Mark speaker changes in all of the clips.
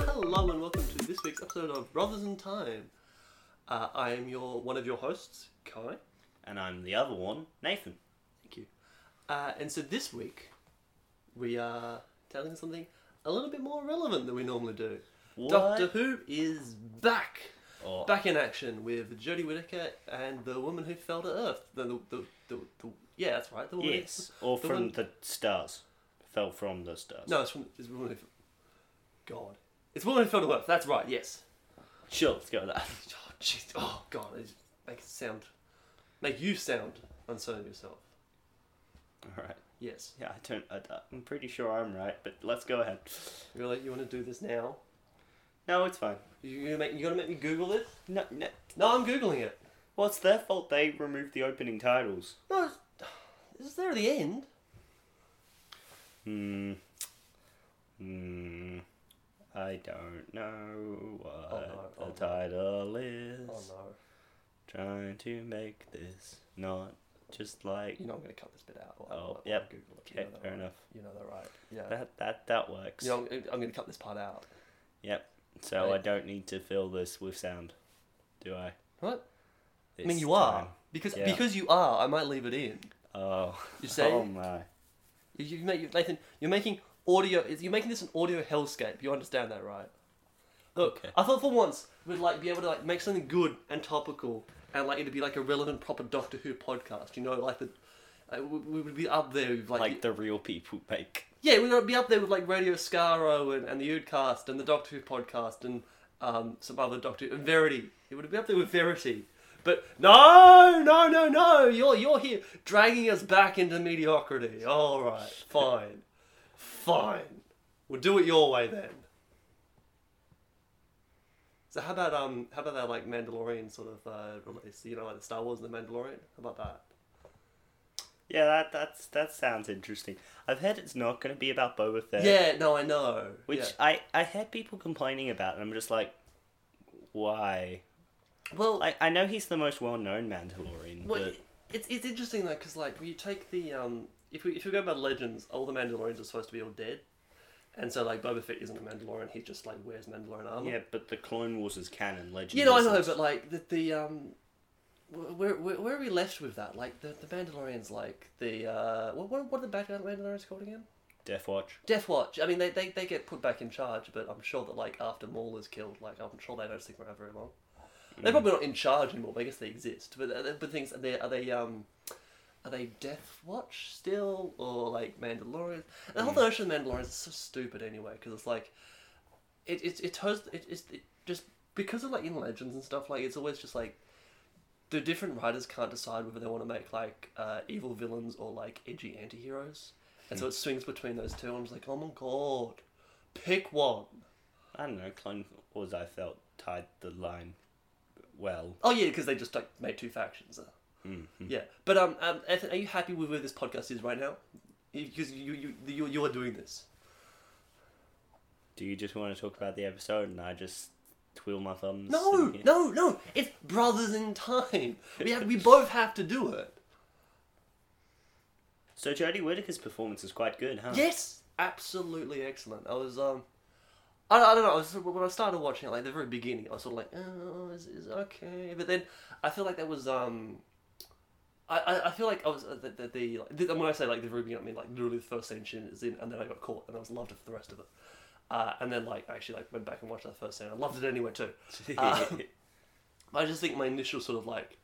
Speaker 1: Hello and welcome to this week's episode of Brothers in Time. Uh, I am your one of your hosts, Kai.
Speaker 2: And I'm the other one, Nathan.
Speaker 1: Thank you. Uh, and so this week, we are telling something a little bit more relevant than we normally do.
Speaker 2: What?
Speaker 1: Doctor Who is back,
Speaker 2: Oh,
Speaker 1: back in action with Jodie Whittaker and the woman who fell to Earth. The, the, the, the, the, yeah, that's right. The woman who-
Speaker 2: yes, or
Speaker 1: the
Speaker 2: from
Speaker 1: one-
Speaker 2: the stars. Fell from the stars.
Speaker 1: no, it's from it's the woman who. God, it's the woman who fell to Earth. That's right. Yes.
Speaker 2: Sure, let's go with that.
Speaker 1: Oh, jeez. Oh, God. It just make it sound. Make you sound uncertain yourself.
Speaker 2: Alright.
Speaker 1: Yes.
Speaker 2: Yeah, I don't. I, I'm pretty sure I'm right, but let's go ahead.
Speaker 1: Really? You want to do this now?
Speaker 2: No, it's fine.
Speaker 1: You gonna make, you gonna make me Google it?
Speaker 2: No, no.
Speaker 1: No, I'm Googling it.
Speaker 2: Well, it's their fault they removed the opening titles.
Speaker 1: No, it's, it's there at the end.
Speaker 2: Hmm. Hmm. I don't know what
Speaker 1: no,
Speaker 2: the
Speaker 1: oh no.
Speaker 2: title is.
Speaker 1: Oh, no.
Speaker 2: Trying to make this not just like.
Speaker 1: You're not going to cut this bit out. I'll-
Speaker 2: Oh,
Speaker 1: I'll
Speaker 2: yep.
Speaker 1: Google it.
Speaker 2: Okay,
Speaker 1: you know that,
Speaker 2: fair
Speaker 1: right?
Speaker 2: enough.
Speaker 1: You know that, right? Yeah.
Speaker 2: That that that works.
Speaker 1: You know, I'm, I'm going to cut this part out.
Speaker 2: Yep. So I
Speaker 1: Right.
Speaker 2: don't need to fill this with sound, do I?
Speaker 1: What?
Speaker 2: This
Speaker 1: I mean, you are.
Speaker 2: time?
Speaker 1: Because
Speaker 2: Yeah.
Speaker 1: because you are, I might leave it in.
Speaker 2: Oh.
Speaker 1: You say?
Speaker 2: Oh my.
Speaker 1: You, you make, you, Nathan, you're making audio. it's- You're making this an audio hellscape. You understand that, right? Look,
Speaker 2: Okay.
Speaker 1: I thought for once we'd like be able to like make something good and topical, and like it'd be like a relevant, proper Doctor Who podcast. You know, like the uh, we, we would be up there with like,
Speaker 2: Like the real people make.
Speaker 1: yeah, we would be up there with like Radio Scaro and, and the Oodcast and the Doctor Who podcast and um, some other Doctor and Verity. It would be up there with Verity. But no, no, no, no! You're you're here dragging us back into mediocrity. All right, fine, fine. We'll do it your way then. So how about um how about that like Mandalorian sort of uh, release? You know, like the Star Wars and the Mandalorian. How about that?
Speaker 2: Yeah, that that's that sounds interesting. I've heard it's not going to be about Boba Fett.
Speaker 1: Yeah, no, I know.
Speaker 2: Which
Speaker 1: Yeah.
Speaker 2: I I heard people complaining about, and I'm just like, why?
Speaker 1: well,
Speaker 2: Like I know he's the most well known Mandalorian,
Speaker 1: Well,
Speaker 2: but
Speaker 1: it's it's interesting though, because like when you take the um, if we if we go by legends, all the Mandalorians are supposed to be all dead, and so like Boba Fett isn't a Mandalorian. He just like wears Mandalorian armor.
Speaker 2: yeah, but the Clone Wars is canon legend.
Speaker 1: You know, I know,
Speaker 2: isn't.
Speaker 1: but like the the um, wh- where where, where are we left with that? Like the the Mandalorians, like the uh, what what, what are the bad guy Mandalorians called again?
Speaker 2: Death Watch.
Speaker 1: Death Watch. I mean, they, they they get put back in charge, but I'm sure that like after Maul is killed, like I'm sure they don't stick around very long. They're probably not in charge anymore. But I guess they exist, but uh, but things are they are they um are they Death Watch still or like Mandalorian? The whole notion of Mandalorians is so stupid anyway because it's like it it it, toes, it, it's it just because of like in legends and stuff like it's always just like the different writers can't decide whether they want to make like uh, evil villains or like edgy anti-heroes. and so it swings between those two. And I'm just like, oh my god, pick one.
Speaker 2: I don't know. Clone Wars, I felt tied the line well.
Speaker 1: Oh yeah, because they just like made two factions. uh. Yeah, but um, um, Ethan, are you happy with where this podcast is right now? Because you you you you are doing this.
Speaker 2: Do you just want to talk about the episode and I just twiddle my thumbs?
Speaker 1: No,
Speaker 2: sitting here?
Speaker 1: no, no! It's brothers in time. We have we both have to do it.
Speaker 2: So Jodie Whittaker's performance is quite good, huh?
Speaker 1: Yes, absolutely excellent. I was um, I, I don't know. I was, when I started watching it, like the very beginning, I was sort of like, oh, is is okay, but then I feel like that was um. I, I- I feel like I was uh, the, the, the, like, the when I say like the very beginning, I mean like literally the first scene she is in, and then I got caught, and I was loved it for the rest of it. Uh, and then like I actually like went back and watched that first scene. I loved it anyway too. Um, I just think my initial sort of like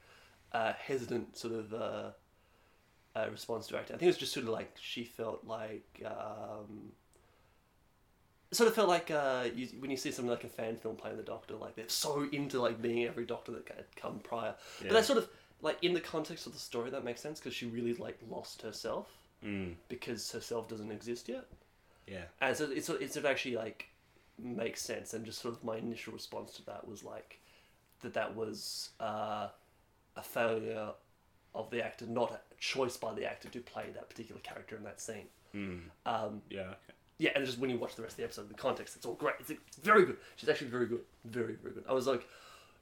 Speaker 1: uh, hesitant sort of uh, uh, response to acting. I think it was just sort of like she felt like um, sort of felt like uh, you, when you see something like a fan film playing the Doctor, like they're so into like being every Doctor that had come prior. But
Speaker 2: Yeah.
Speaker 1: that sort of like in the context of the story, that makes sense because she really like lost herself
Speaker 2: Mm,
Speaker 1: because herself doesn't exist yet.
Speaker 2: yeah.
Speaker 1: And so it sort, of, it sort of actually like makes sense. And just sort of my initial response to that was like that that was uh, a failure of the actor, not a choice by the actor to play that particular character in that scene. Um,
Speaker 2: Hmm. Yeah. Okay.
Speaker 1: yeah, and just when you watch the rest of the episode, the context, it's all great. It's like, very good. She's actually very good, very very good. I was like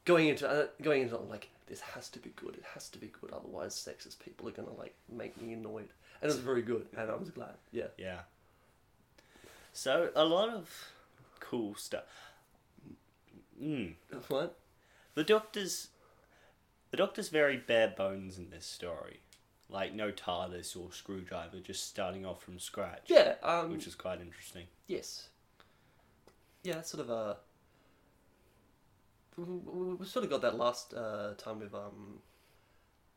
Speaker 1: going into uh, going into it, I'm like this has to be good. It has to be good. Otherwise, sexist people are gonna like make me annoyed. And it was very good, and I was glad. Yeah.
Speaker 2: Yeah. So a lot of cool stuff. Mm.
Speaker 1: What?
Speaker 2: The Doctor's the Doctor's very bare bones in this story, like no TARDIS or screwdriver, just starting off from scratch,
Speaker 1: Yeah. Um.
Speaker 2: which is quite interesting.
Speaker 1: Yes. Yeah, that's sort of a. We, we, we sort of got that last uh, time with um.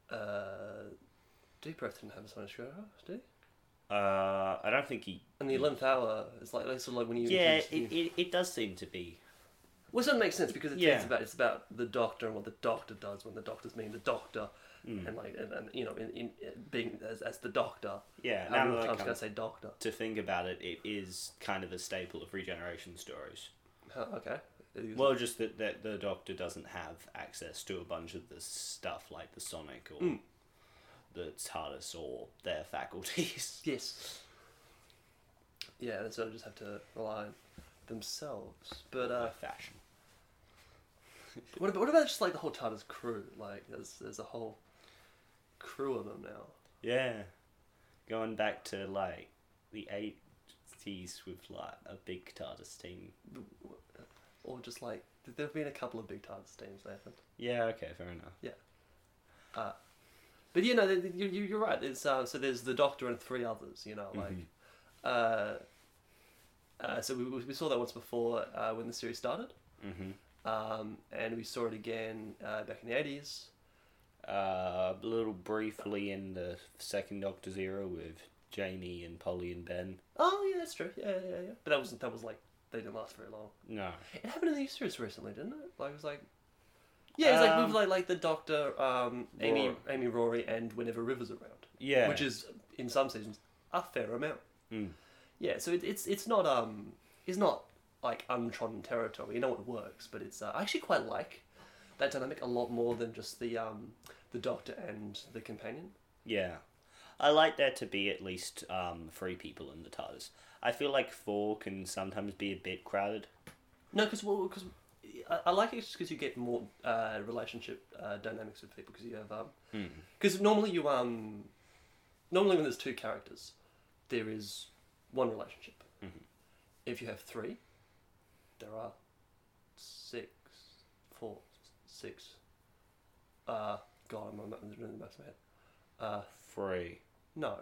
Speaker 1: Uh, Deep Breath didn't have as much show, did he?
Speaker 2: Uh, I don't think he.
Speaker 1: And the eleventh hour is like that's sort of like when you
Speaker 2: Yeah,
Speaker 1: you-
Speaker 2: it, it, it does seem to be.
Speaker 1: Well, so it makes sense because it's,
Speaker 2: Yeah.
Speaker 1: it's about it's about the doctor and what the doctor does when the doctor's being the doctor,
Speaker 2: Mm.
Speaker 1: and like and, and you know in, in being as, as the doctor.
Speaker 2: Yeah,
Speaker 1: How
Speaker 2: now
Speaker 1: many
Speaker 2: that I
Speaker 1: times
Speaker 2: come
Speaker 1: can I say doctor?
Speaker 2: to think about it, it is kind of a staple of regeneration stories.
Speaker 1: Huh, okay. It was-
Speaker 2: Well, just that, that the Doctor doesn't have access to a bunch of this stuff like the Sonic or
Speaker 1: Mm.
Speaker 2: the TARDIS or their faculties.
Speaker 1: yes. Yeah, and so they just have to rely on themselves. But uh,
Speaker 2: By fashion.
Speaker 1: what about, what about just like the whole TARDIS crew? Like there's there's a whole crew of them now.
Speaker 2: Yeah. Going back to like the 80s with like a big TARDIS team.
Speaker 1: Or just like there have been a couple of big TARDIS teams, Nathan.
Speaker 2: Yeah, okay, fair enough.
Speaker 1: But you know, th- th- you, you- you're right. It's, uh, so there's the Doctor and three others. You know, like,
Speaker 2: Mhm.
Speaker 1: uh, uh, so we, we we saw that once before uh, when the series started,
Speaker 2: hmm
Speaker 1: um, and we saw it again uh, back in the eighties.
Speaker 2: Uh, a little briefly in the second Doctor's era with Jamie and Polly and Ben.
Speaker 1: Oh yeah, that's true. Yeah, yeah, yeah, yeah. But that wasn't that was like they didn't last very long.
Speaker 2: No.
Speaker 1: It happened in the new series recently, didn't it? Like it was like. Yeah, it's like
Speaker 2: Um,
Speaker 1: with like like the Doctor, um, Amy,
Speaker 2: Rory.
Speaker 1: Amy, Rory, and whenever Rivers around,
Speaker 2: Yeah.
Speaker 1: which is in some seasons a fair amount.
Speaker 2: Mm.
Speaker 1: Yeah, so it, it's it's not um it's not like untrodden territory. You know it works, but it's uh, I actually quite like that dynamic a lot more than just the um the doctor and the companion.
Speaker 2: Yeah. I like there to be at least um, three people in the TARDIS. I feel like four can sometimes be a bit crowded.
Speaker 1: No, because well, 'cause I, I like it just because you get more uh, relationship uh, dynamics with people because you have um because normally you um normally when there's two characters there is one relationship.
Speaker 2: Mhm.
Speaker 1: If you have three, there are six, four, six. Uh, God, I'm not doing the math in my head. Uh,
Speaker 2: Three.
Speaker 1: no.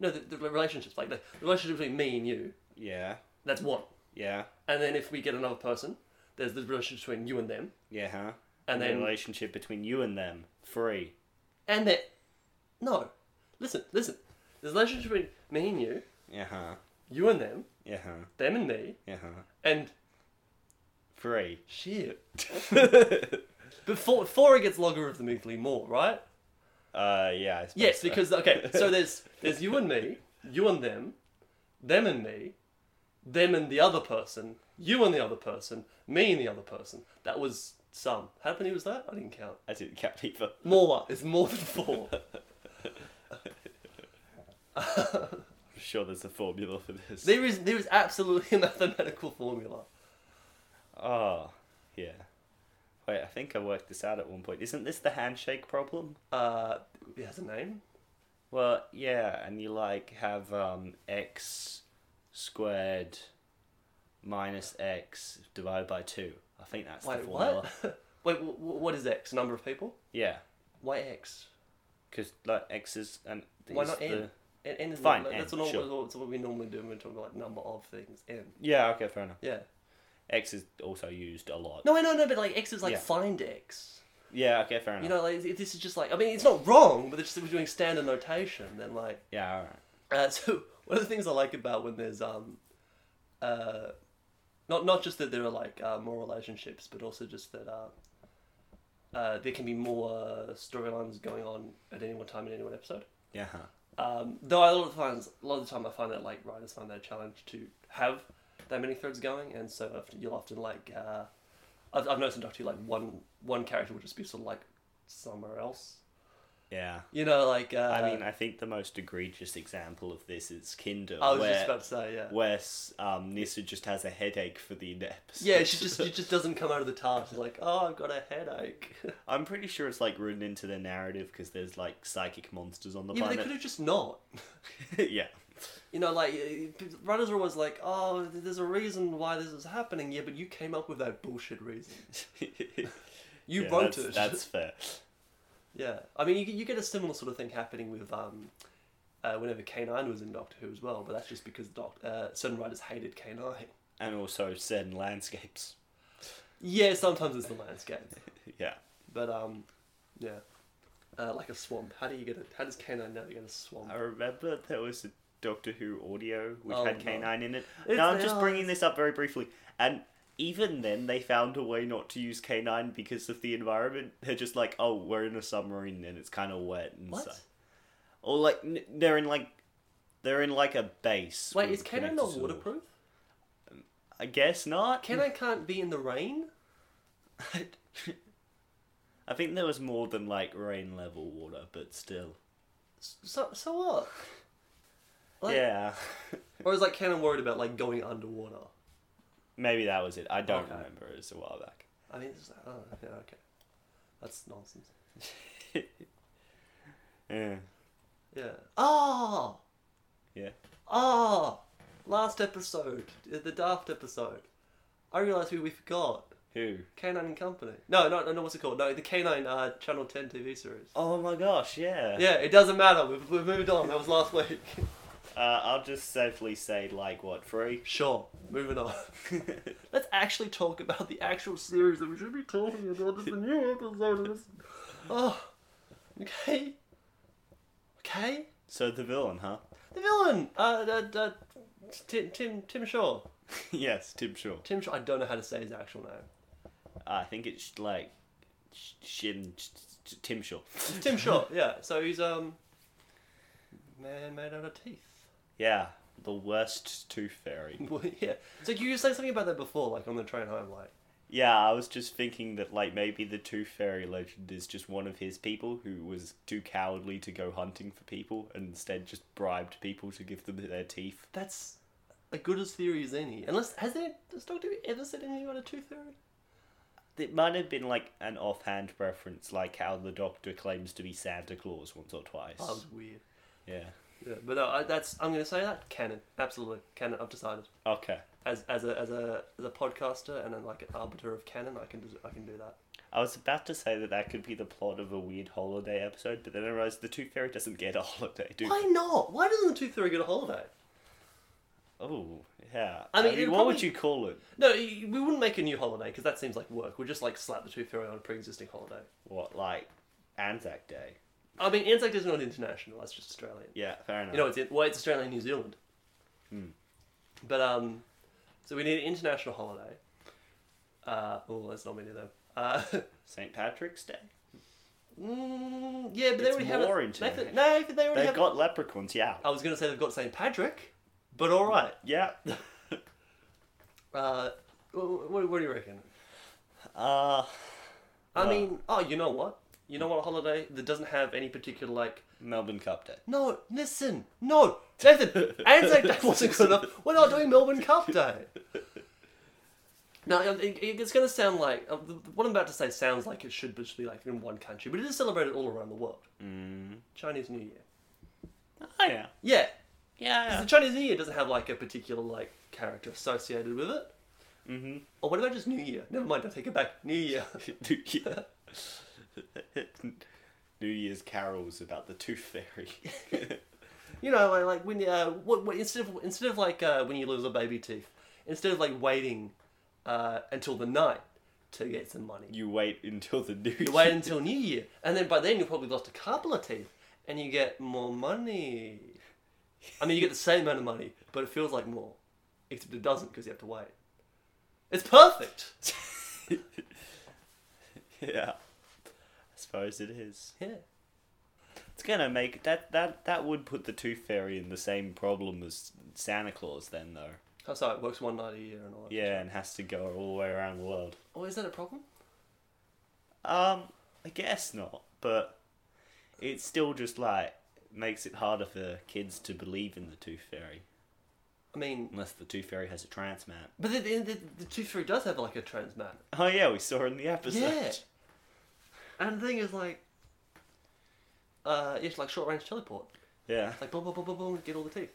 Speaker 1: No, the, the relationships like the, the relationship between me and you.
Speaker 2: Yeah.
Speaker 1: That's one.
Speaker 2: Yeah.
Speaker 1: And then if we get another person, there's the relationship between you and them,
Speaker 2: Yeah, huh?
Speaker 1: and
Speaker 2: the
Speaker 1: then
Speaker 2: relationship between you and them. Three.
Speaker 1: and then no, listen, listen. There's a relationship between me and you,
Speaker 2: Yeah, huh?
Speaker 1: you and them,
Speaker 2: Yeah, huh?
Speaker 1: them and me,
Speaker 2: Yeah, huh?
Speaker 1: and
Speaker 2: Three.
Speaker 1: shit. but four, four gets logarithmically more, right?
Speaker 2: Uh, yeah. I suppose
Speaker 1: Yes,
Speaker 2: so.
Speaker 1: because okay, so there's there's you and me, you and them, them and me, them and the other person, you and the other person, me and the other person. That was some. How many was that? I didn't count.
Speaker 2: I didn't count either.
Speaker 1: More. It's more than four.
Speaker 2: I'm sure there's a formula for this.
Speaker 1: There is there is absolutely a mathematical formula.
Speaker 2: Oh, yeah. Wait, I think I worked this out at one point. Isn't this the handshake problem?
Speaker 1: Uh, it has a name.
Speaker 2: Well, yeah, and you like have um, x squared minus x divided by two. I think that's the
Speaker 1: Wait,
Speaker 2: formula.
Speaker 1: what? Wait, wh- wh- what is X? Number of people?
Speaker 2: Yeah,
Speaker 1: Why X?
Speaker 2: because like x is and
Speaker 1: Why
Speaker 2: is
Speaker 1: not
Speaker 2: the-
Speaker 1: n? N, n is
Speaker 2: Fine,
Speaker 1: Not,
Speaker 2: n,
Speaker 1: that's what,
Speaker 2: sure.
Speaker 1: normal- that's what we normally do when we're talking about number of things. N.
Speaker 2: Yeah, okay, fair enough.
Speaker 1: Yeah.
Speaker 2: X is also used a lot.
Speaker 1: No, I know, no, but like X is like
Speaker 2: Yeah.
Speaker 1: find X.
Speaker 2: Yeah, okay, fair enough.
Speaker 1: You know, like it- this is just like I mean, it's not wrong, but it's just we're doing standard notation. Then like,
Speaker 2: yeah, all right.
Speaker 1: uh, so one of the things I like about when there's um, uh, not not just that there are like uh, more relationships, but also just that uh, uh, there can be more uh, storylines going on at any one time in any one episode.
Speaker 2: Yeah, huh.
Speaker 1: Um, though a lot of times, a lot of the time, I find that like writers find that a challenge to have that many threads going, and so often, you'll often like uh, I've, I've noticed in Doctor Who like one one character will just be sort of like somewhere else,
Speaker 2: yeah.
Speaker 1: you know, like uh,
Speaker 2: I mean, I think the most egregious example of this is Kinder,
Speaker 1: I was
Speaker 2: where
Speaker 1: just about to say yeah,
Speaker 2: where s- um, Nissa just has a headache for the episode.
Speaker 1: yeah, she just she just doesn't come out of the task. She's like, oh, I've got a headache.
Speaker 2: I'm pretty sure it's like written into the narrative because there's like psychic monsters on the
Speaker 1: yeah, but they
Speaker 2: planet.
Speaker 1: could have just not.
Speaker 2: yeah.
Speaker 1: You know, like uh, writers are always like, "Oh, there's a reason why this is happening." Yeah, but you came up with that bullshit reason. You
Speaker 2: Yeah,
Speaker 1: wrote
Speaker 2: that's,
Speaker 1: it.
Speaker 2: That's fair.
Speaker 1: Yeah, I mean, you, you get a similar sort of thing happening with um, uh, whenever Canine was in Doctor Who as well, but that's just because Doc, uh, certain writers hated Canine.
Speaker 2: And also certain landscapes.
Speaker 1: Yeah, sometimes it's the landscape,
Speaker 2: Yeah.
Speaker 1: but um, yeah, uh, like a swamp. How do you get it? How does Canine navigate a swamp?
Speaker 2: I remember there was a Doctor Who audio which
Speaker 1: Oh,
Speaker 2: had
Speaker 1: no.
Speaker 2: canine in it.
Speaker 1: It's-
Speaker 2: now I'm just
Speaker 1: oh,
Speaker 2: bringing this up very briefly. And even then, they found a way not to use canine because of the environment. They're just like, oh, we're in a submarine and it's kind of wet and
Speaker 1: What?
Speaker 2: stuff. Or like n- they're in like they're in like a base.
Speaker 1: Wait,
Speaker 2: with-
Speaker 1: is Canine
Speaker 2: connected
Speaker 1: not
Speaker 2: to the wall.
Speaker 1: waterproof?
Speaker 2: I guess not.
Speaker 1: Canine can't be in the rain.
Speaker 2: I think there was more than like rain level water, but still.
Speaker 1: S- So so what? Like-
Speaker 2: Yeah.
Speaker 1: Or is like Canine worried about like going underwater?
Speaker 2: Maybe that was it. I don't
Speaker 1: Okay.
Speaker 2: remember. It was a while back.
Speaker 1: I mean, it's, oh, yeah, okay, that's nonsense.
Speaker 2: Yeah.
Speaker 1: Yeah. Oh.
Speaker 2: Yeah.
Speaker 1: Ah, last episode, uh, the Daft episode. I realised who we forgot.
Speaker 2: Who?
Speaker 1: Canine and Company. No, no, no, what's it called? No, the Canine uh, Channel 10 TV series.
Speaker 2: Oh my gosh, yeah.
Speaker 1: Yeah, it doesn't matter. We've, we've moved on. That was last week.
Speaker 2: Uh, I'll just safely say, like, what, three?
Speaker 1: sure, moving on. Let's actually talk about the actual series that we should be talking about. It's a new episode of this. Oh, okay. Okay.
Speaker 2: so the villain, huh?
Speaker 1: The villain, uh, uh, uh, Tim, Tim, Tim Shaw.
Speaker 2: yes, Tim Shaw. Uh,
Speaker 1: Tim Shaw, I don't know how to say his actual name.
Speaker 2: I think it's like sh- Shim sh- sh- Tim Shaw.
Speaker 1: Tim Shaw, yeah. So he's um man made out of teeth.
Speaker 2: Yeah, the worst tooth fairy.
Speaker 1: Well, yeah. So you were saying something about that before, like on the train home, like
Speaker 2: Yeah, I was just thinking that like maybe the tooth fairy legend is just one of his people who was too cowardly to go hunting for people and instead just bribed people to give them their teeth.
Speaker 1: that's as good as theory as any. Unless has there has Doctor Who ever said anything about a tooth fairy?
Speaker 2: It might have been like an offhand reference, like how the Doctor claims to be Santa Claus once or twice.
Speaker 1: That was weird.
Speaker 2: Yeah.
Speaker 1: Um, Yeah, but no, I, that's I'm going to say that canon, absolutely canon. I've decided
Speaker 2: Okay.
Speaker 1: as as a as a as a podcaster and then like an arbiter of canon, I can do, I can do that.
Speaker 2: I was about to say that that could be the plot of a weird holiday episode, but then I realized the Tooth Fairy doesn't get a holiday, do
Speaker 1: Why not? Why doesn't the tooth fairy get a holiday?
Speaker 2: Oh, yeah.
Speaker 1: I
Speaker 2: I
Speaker 1: mean,
Speaker 2: mean,
Speaker 1: it'd
Speaker 2: what would
Speaker 1: probably-
Speaker 2: you call it?
Speaker 1: No, y- we wouldn't make a new holiday because that seems like work. We'd just like slap the tooth fairy on a pre-existing holiday.
Speaker 2: What, like Anzac Day?
Speaker 1: I mean, Anzac is not international. That's just Australian.
Speaker 2: Yeah, Hmm. fair enough.
Speaker 1: You know, it's in, well, it's Australia and New Zealand. But um, so we need an international holiday. Uh, oh, that's not many of them. Uh,
Speaker 2: St. Patrick's Day?
Speaker 1: mm, yeah, but they
Speaker 2: It's
Speaker 1: already have
Speaker 2: more
Speaker 1: it.
Speaker 2: international.
Speaker 1: Nathan- No, but they already
Speaker 2: They've
Speaker 1: have.
Speaker 2: got leprechauns, yeah.
Speaker 1: I was going to say they've got St. Patrick, but all right.
Speaker 2: Yeah.
Speaker 1: Uh, what, what do you reckon? I
Speaker 2: uh, Well.
Speaker 1: mean, oh, you know what? You know what? A holiday that doesn't have any particular like
Speaker 2: Melbourne Cup Day.
Speaker 1: No, listen, no, Nathan, Anzac Day wasn't good enough. We're not doing Melbourne Cup Day. Now, um, it, it's going to sound like um, th- what I'm about to say sounds like it should just be like in one country, but it is celebrated all around the world.
Speaker 2: Mm.
Speaker 1: Chinese New Year.
Speaker 2: Oh, yeah.
Speaker 1: Yeah,
Speaker 2: Yeah.
Speaker 1: 'cause the Chinese New Year doesn't have like a particular like character associated with it.
Speaker 2: Mm-hmm.
Speaker 1: Or what about just New Year? Never mind, I take it back. New Year.
Speaker 2: New, Year. New Year's carols about the Tooth Fairy.
Speaker 1: You know, like, like when uh, what, what, instead of instead of like uh, when you lose a baby teeth, instead of like waiting uh, until the night to get some money,
Speaker 2: you wait until the New
Speaker 1: You
Speaker 2: Year.
Speaker 1: wait until New Year, and then by then you've probably lost a couple of teeth, and you get more money. I mean, you get the same amount of money, but it feels like more, except it doesn't because you have to wait. It's perfect.
Speaker 2: yeah. I suppose it is.
Speaker 1: Yeah.
Speaker 2: It's gonna make that that that would put the Tooth Fairy in the same problem as Santa Claus then though.
Speaker 1: Oh, sorry, it works one night a year and all that.
Speaker 2: Yeah, and has to go all the way around the world.
Speaker 1: Oh, is that a problem?
Speaker 2: Um, I guess not, but it still just like makes it harder for kids to believe in the Tooth Fairy.
Speaker 1: I mean,
Speaker 2: Unless the Tooth Fairy has a trance man.
Speaker 1: but the, the, the, the tooth fairy does have like a trans man.
Speaker 2: Oh yeah, we saw in the episode.
Speaker 1: Yeah. And the thing is, like, uh, it's like short range teleport.
Speaker 2: Yeah.
Speaker 1: Like, boom, boom, boom, boom, boom, get all the teeth.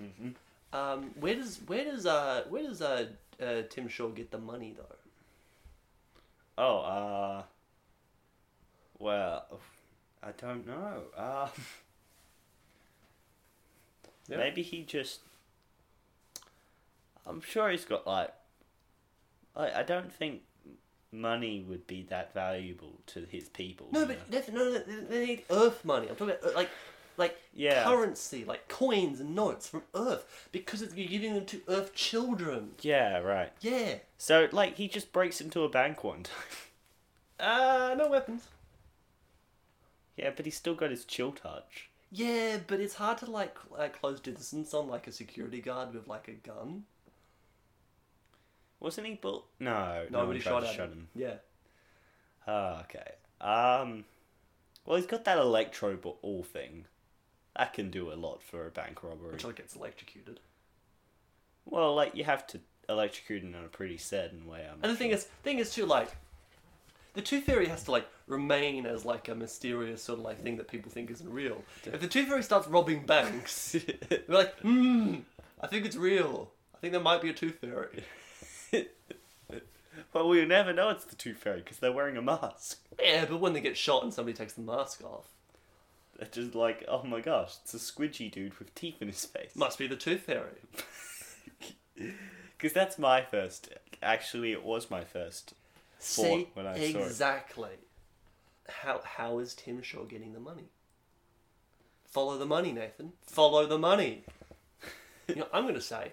Speaker 2: Mm-hmm.
Speaker 1: Um, where does where does uh where does uh, uh Tim Shaw get the money though?
Speaker 2: Oh, uh, well, I don't know. Uh,
Speaker 1: Yeah.
Speaker 2: Maybe he just. I'm sure he's got like. I I don't think money would be that valuable to his people.
Speaker 1: No,
Speaker 2: you
Speaker 1: but
Speaker 2: know?
Speaker 1: that's, no, no, they- they need Earth money. I'm talking about uh, like, like
Speaker 2: Yeah.
Speaker 1: currency, like coins and notes from Earth, because it's, you're giving them to Earth children.
Speaker 2: yeah, right.
Speaker 1: Yeah.
Speaker 2: So like he just breaks into a bank one time.
Speaker 1: Uh, no weapons.
Speaker 2: yeah, but he's still got his chill touch.
Speaker 1: Yeah, but it's hard to like cl- uh, close distance on like a security guard with like a gun.
Speaker 2: Wasn't he? Bull- no, no
Speaker 1: Nobody
Speaker 2: one tried
Speaker 1: shot
Speaker 2: to
Speaker 1: at
Speaker 2: shut
Speaker 1: him.
Speaker 2: him.
Speaker 1: Yeah.
Speaker 2: Oh, okay. Um, well, he's got that electro ball thing. That can do a lot for a bank robbery.
Speaker 1: Until it gets electrocuted.
Speaker 2: Well, like you have to electrocute him in a pretty certain way. I'm
Speaker 1: And the thing
Speaker 2: sure.
Speaker 1: is, thing is too, like, the Tooth Fairy has to like remain as like a mysterious sort of like thing that people think isn't real. If the Tooth Fairy starts robbing banks, we're like, hmm, I think it's real. I think there might be a Tooth Fairy.
Speaker 2: well, we'll never know it's the Tooth Fairy because they're wearing a mask.
Speaker 1: Yeah, but when they get shot and somebody takes the mask off,
Speaker 2: They're just like, oh my gosh, it's a squidgy dude with teeth in his face.
Speaker 1: must be the Tooth Fairy.
Speaker 2: Because that's my first. Actually, it was my first.
Speaker 1: See,
Speaker 2: when I saw it.
Speaker 1: exactly. How how is Tim Shaw getting the money? Follow the money, Nathan. Follow the money. you know, I'm gonna say,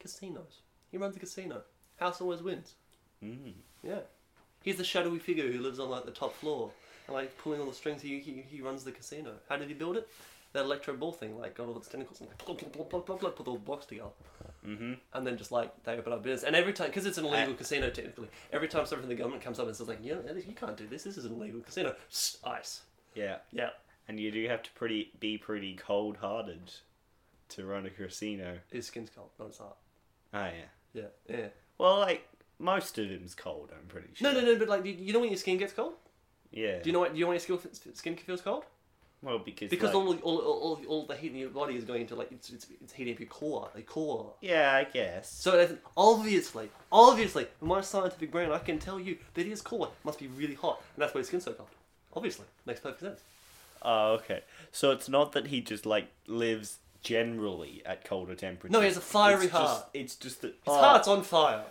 Speaker 1: casinos. He runs a casino. House always wins.
Speaker 2: Mm.
Speaker 1: Yeah. He's the shadowy figure who lives on like the top floor and like pulling all the strings. He he, he runs the casino. How did he build it? That electro ball thing, like got all its tentacles and like, plop, plop, plop, plop, plop, plop, put all the blocks together
Speaker 2: Mm-hmm.
Speaker 1: and then just like they open up business. And every time, because it's an illegal
Speaker 2: Uh,
Speaker 1: casino technically, every time something from the government comes up and says like, you, know, you can't do this. This is an illegal casino. Shh, ice.
Speaker 2: Yeah.
Speaker 1: Yeah,
Speaker 2: And you do have to pretty be pretty cold hearted to run a casino.
Speaker 1: his skin's cold, not his heart.
Speaker 2: Oh yeah.
Speaker 1: Yeah, yeah.
Speaker 2: Well, like most of him's cold. I'm pretty sure.
Speaker 1: No, no, no. But like, you- you know when your skin gets cold?
Speaker 2: Yeah.
Speaker 1: Do you know what? Do you know when your skin f- skin feels cold?
Speaker 2: Well, because
Speaker 1: Because
Speaker 2: like-
Speaker 1: all, all, all, all, all the heat in your body is going into like it's, it's, it's heating up your core, the core.
Speaker 2: yeah, I guess.
Speaker 1: So that's- obviously, obviously, in my scientific brain, I can tell you that his core must be really hot, and that's why his skin's so cold. Obviously, makes perfect sense.
Speaker 2: Oh, okay. So it's not that he just like lives generally at colder temperatures.
Speaker 1: No, he has a fiery
Speaker 2: It's just-
Speaker 1: heart.
Speaker 2: it's just that his
Speaker 1: His heart's on fire.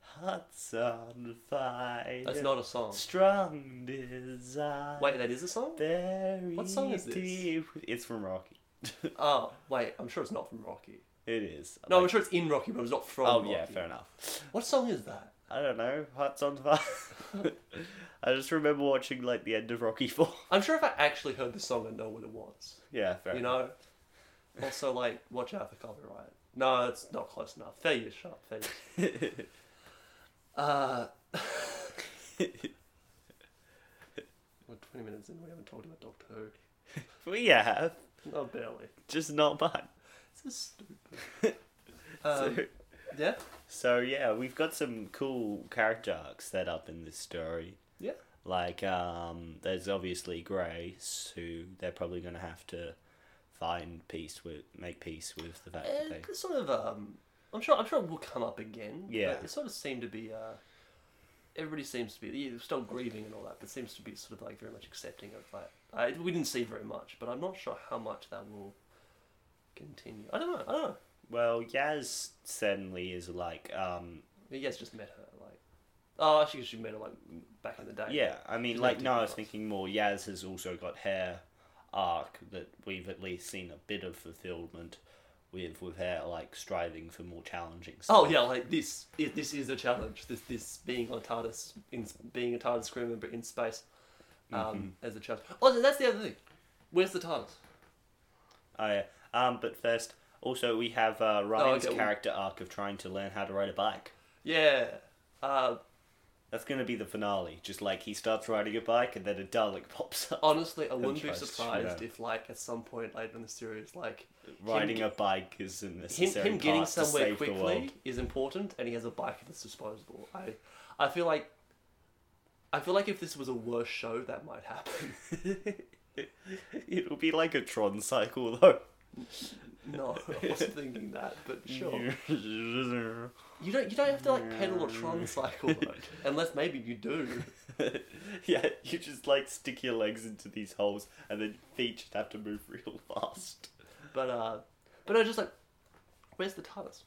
Speaker 2: heart's on fire.
Speaker 1: That's not a song.
Speaker 2: strong desire.
Speaker 1: Wait, that is a song?
Speaker 2: Very
Speaker 1: What song is this?
Speaker 2: deep. It's from Rocky. it
Speaker 1: Oh, wait, I'm sure it's not from Rocky.
Speaker 2: is.
Speaker 1: No, I'm
Speaker 2: Like-
Speaker 1: sure it's in Rocky, but it's not from
Speaker 2: oh
Speaker 1: Rocky.
Speaker 2: yeah, fair enough.
Speaker 1: What song is that?
Speaker 2: I don't know. Heart's on fire. I just remember watching like the end of Rocky Four.
Speaker 1: I'm sure if I actually heard the song, I'd know what it was.
Speaker 2: yeah, fair.
Speaker 1: You know?
Speaker 2: enough.
Speaker 1: Also, like, watch out for copyright. No, it's not close enough. Fair use, shut up. Fair use. Uh, we're 20 minutes in, we haven't talked about Doctor Who.
Speaker 2: we have
Speaker 1: No, barely.
Speaker 2: just not much.
Speaker 1: This is stupid. Um,
Speaker 2: So-
Speaker 1: yeah?
Speaker 2: So yeah, we've got some cool character arcs set up in this story.
Speaker 1: Yeah.
Speaker 2: Like, um, there's obviously Grace, who they're probably gonna have to find peace with, make peace with the fact that they.
Speaker 1: It's sort of um, I'm sure I'm sure it will come up again. but
Speaker 2: Yeah.
Speaker 1: it sort of seemed to be. Uh, everybody seems to be yeah, still grieving and all that, but seems to be sort of like very much accepting of that. I, we didn't see very much, but I'm not sure how much that will continue. I don't know. I don't know.
Speaker 2: Well, Yaz certainly is like, um,
Speaker 1: You guys just met her like. Oh, she she met her like back in the day.
Speaker 2: yeah. I mean,
Speaker 1: She's
Speaker 2: like,
Speaker 1: not
Speaker 2: no, I was
Speaker 1: difficult.
Speaker 2: thinking more. Yaz has also got hair arc that we've at least seen a bit of fulfillment with, with her like striving for more challenging. Stuff.
Speaker 1: Oh yeah, like this. i this is a challenge. This this being on TARDIS, in, being a TARDIS crew member in space, um,
Speaker 2: Mm-hmm.
Speaker 1: as a challenge. Oh, that's the other thing. Where's the TARDIS?
Speaker 2: Oh, yeah. Um, but first, also we have uh, Ryan's
Speaker 1: Oh, okay.
Speaker 2: character arc of trying to learn how to ride a bike.
Speaker 1: Yeah. Uh,
Speaker 2: That's gonna be the finale. Just like he starts riding a bike, and then a Dalek pops up
Speaker 1: honestly, I wouldn't be
Speaker 2: trust,
Speaker 1: surprised
Speaker 2: yeah.
Speaker 1: if, like, at some point later in the series, like,
Speaker 2: riding
Speaker 1: him,
Speaker 2: a bike is a
Speaker 1: him,
Speaker 2: necessary
Speaker 1: him getting
Speaker 2: part to
Speaker 1: somewhere
Speaker 2: save the world.
Speaker 1: quickly is important, and he has a bike that's disposable. I, I feel like, I feel like if this was a worse show, that might happen.
Speaker 2: It'll be like a Tron cycle, though.
Speaker 1: No, I wasn't thinking that, but sure. You don't you don't have to like pedal or Tron cycle though, unless maybe you do.
Speaker 2: yeah, you just like stick your legs into these holes, and then your feet just have to move real fast.
Speaker 1: But uh, but I just like, where's the TARDIS?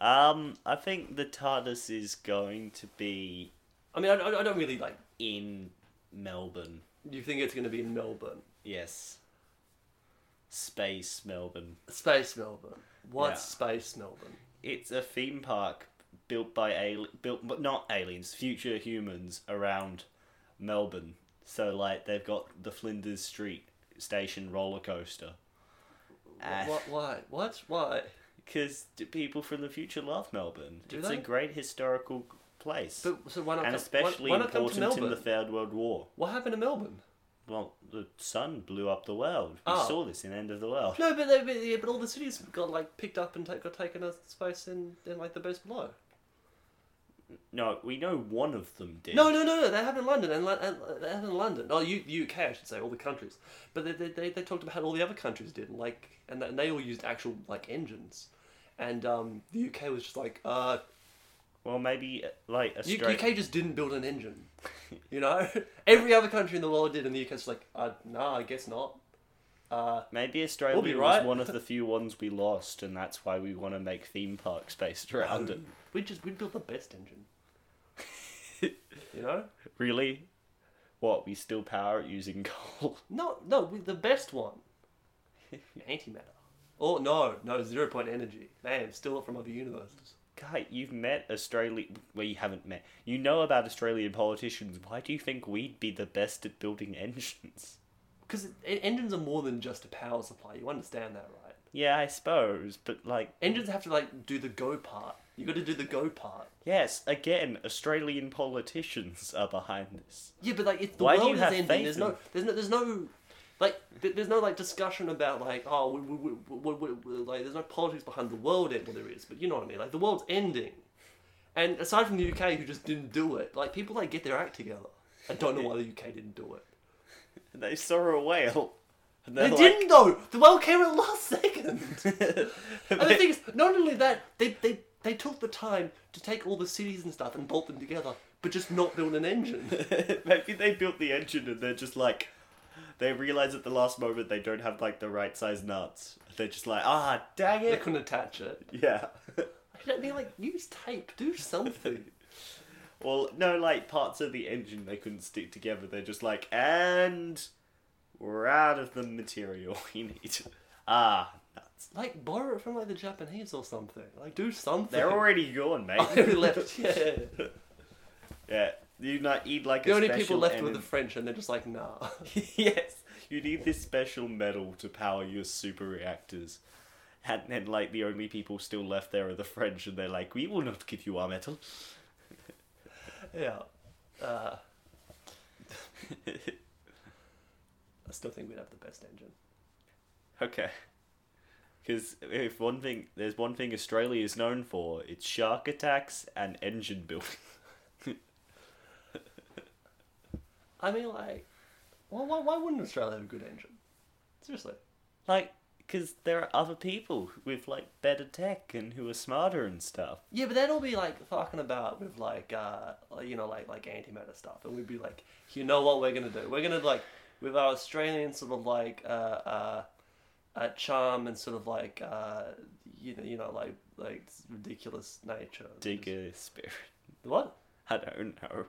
Speaker 2: Um, I think the TARDIS is going to be
Speaker 1: I mean, I, I I don't really like.
Speaker 2: in Melbourne.
Speaker 1: You think it's going to be in Melbourne,
Speaker 2: Yes. Space Melbourne.
Speaker 1: space Melbourne? What's
Speaker 2: Yeah.
Speaker 1: space Melbourne?
Speaker 2: It's a theme park built by ali- built but not aliens, future humans around Melbourne. So like they've got the Flinders Street station roller coaster. Ah.
Speaker 1: What? Why? What? Why?
Speaker 2: Because people from the future love Melbourne.
Speaker 1: Do
Speaker 2: it's
Speaker 1: they?
Speaker 2: a great historical place,
Speaker 1: So, so why not?
Speaker 2: and
Speaker 1: come,
Speaker 2: especially
Speaker 1: why, why not come to
Speaker 2: important
Speaker 1: Melbourne?
Speaker 2: in the Third World War.
Speaker 1: What happened to Melbourne?
Speaker 2: Well, the sun blew up the world. We
Speaker 1: Oh.
Speaker 2: saw this in End of the World.
Speaker 1: No, but they, but, yeah, but all the cities got like picked up and ta- got taken as space in, in like the base below.
Speaker 2: No, we know one of them did.
Speaker 1: No, no, no, no. That happened in London and, Lo- and uh, that happened in London. Oh, U- UK, I should say, all the countries. But they, they, they, they talked about how all the other countries did, and, like, and, th- and they all used actual like engines, and um, the UK was just like, uh,
Speaker 2: Well, maybe uh, like
Speaker 1: U-
Speaker 2: Australia.
Speaker 1: UK just didn't build an engine, you know. Every other country in the world did, and the UK's just like, uh, nah, I guess not. Uh,
Speaker 2: Maybe Australia
Speaker 1: be right.
Speaker 2: was one of the few ones we lost, and that's why we want to make theme parks based around it.
Speaker 1: we just we built the best engine, you know.
Speaker 2: Really? What? We still power it using coal?
Speaker 1: No, no, with the best one. Antimatter. Oh no, no zero point energy. Man, still from other universes.
Speaker 2: Guy, you've met Australian. Well, you haven't met. You know about Australian politicians. Why do you think we'd be the best at building engines?
Speaker 1: Because engines are more than just a power supply. You understand that, right?
Speaker 2: Yeah, I suppose, but like,
Speaker 1: Engines have to like do the go part. You got to do the go part.
Speaker 2: yes, again, Australian politicians are behind this.
Speaker 1: Yeah, but like it's the
Speaker 2: Why do you
Speaker 1: world is
Speaker 2: have
Speaker 1: ending.
Speaker 2: faith
Speaker 1: There's
Speaker 2: in-
Speaker 1: no, there's no, there's no, like th- there's no like discussion about like oh we, we, we, we, we, like there's no politics behind the world end. Well, there is, but you know what I mean. Like the world's ending, and aside from the UK who just didn't do it, like people like get their act together. I don't know why the UK didn't do it.
Speaker 2: They saw a whale. And
Speaker 1: They
Speaker 2: they're like-
Speaker 1: didn't though. The whale came at last second. and the thing is, not only that, they, they they took the time to take all the cities and stuff and bolt them together, but just not build an engine.
Speaker 2: Maybe they built the engine and they're just like, they realize at the last moment they don't have like the right size nuts. They're just like, ah, dang
Speaker 1: They
Speaker 2: it.
Speaker 1: couldn't attach it.
Speaker 2: Yeah.
Speaker 1: I mean, like use tape, do something.
Speaker 2: well, no, like parts of the engine they couldn't stick together. They're just like, and we're out of the material we need. Ah, nuts.
Speaker 1: like borrow it from like the Japanese or something. Like do something.
Speaker 2: They're already gone, mate.
Speaker 1: I only left. Yeah.
Speaker 2: yeah. You not eat like
Speaker 1: The
Speaker 2: a
Speaker 1: only
Speaker 2: special
Speaker 1: people left were
Speaker 2: ener-
Speaker 1: the French, and they're just like, nah.
Speaker 2: yes, you need this special metal to power your super reactors. And then, like, the only people still left there are the French, and they're like, we will not give you our metal.
Speaker 1: yeah. Uh, I still think we'd have the best engine.
Speaker 2: okay. Because if one thing, there's one thing Australia is known for, it's shark attacks and engine building.
Speaker 1: I mean, like, why, why, why wouldn't Australia have a good engine? Seriously.
Speaker 2: Like, because there are other people with, like, better tech and who are smarter and stuff.
Speaker 1: Yeah, but they'd all be like fucking about with like, uh, you know, like like antimatter stuff, and we'd be like, you know what we're gonna do? We're gonna like with our Australian sort of like uh, uh, uh charm and sort of like uh, you know, you know, like like ridiculous nature.
Speaker 2: Digger spirit.
Speaker 1: What?
Speaker 2: I don't know.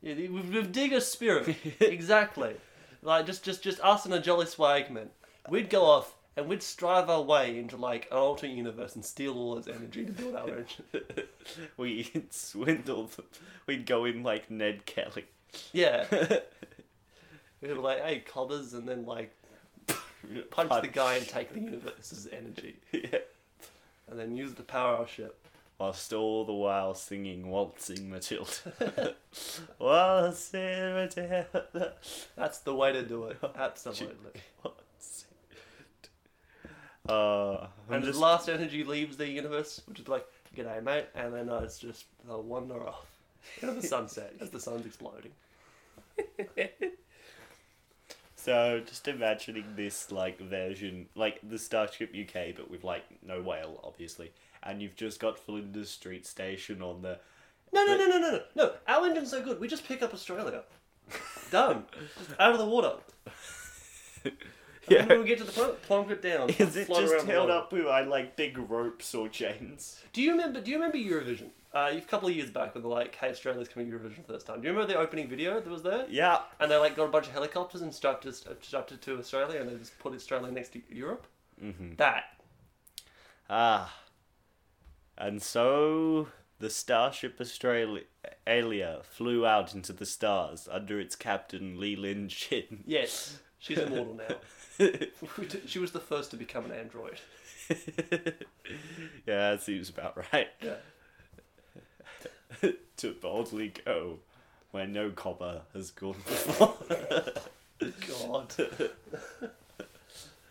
Speaker 1: Yeah, the- with, with digger spirit, exactly. Like just just just us and a jolly swagman. We'd go off and we'd strive our way into like an alternate universe and steal all its energy to build our engine.
Speaker 2: we swindled them. We'd go in like Ned Kelly.
Speaker 1: Yeah. We'd be like, hey, cobbers, and then like punch the guy and take the universe's energy,
Speaker 2: Yeah.
Speaker 1: and then use the power of our ship.
Speaker 2: Whilst all the while singing Waltzing Matilda. Waltzing Matilda.
Speaker 1: That's the way to do it. Absolutely.
Speaker 2: Waltzing. Uh, I'm
Speaker 1: And
Speaker 2: just,
Speaker 1: his last energy leaves the universe, which is like, g'day, mate, and then uh, it's just they'll wander off into the sunset as the sun's exploding.
Speaker 2: So just imagining this like version, like the Starship UK, but with like no whale, obviously, and you've just got Flinders Street Station on the.
Speaker 1: No, no, no, no, no, no. No, our engine's so good. We just pick up Australia. Done. Just out of the water. And then we get to the planet, plonk it down.
Speaker 2: Is it
Speaker 1: float
Speaker 2: just
Speaker 1: around the
Speaker 2: held
Speaker 1: world.
Speaker 2: up with uh, like big ropes or chains?
Speaker 1: Do you remember? Do you remember Eurovision? Uh, a couple of years back, when they're like, "Hey, Australia's coming to Eurovision for the first time." Do you remember the opening video that was there?
Speaker 2: Yeah.
Speaker 1: And they like got a bunch of helicopters and strapped it, strapped it to Australia, and they just put Australia next to Europe. Mm-hmm. That
Speaker 2: Ah. And so the Starship Australia Alia flew out into the stars under its captain Lee Lin Chin.
Speaker 1: yes, she's immortal now. she was the first to become an android.
Speaker 2: yeah, that seems about right.
Speaker 1: Yeah.
Speaker 2: to boldly go where no copper has gone before.
Speaker 1: God.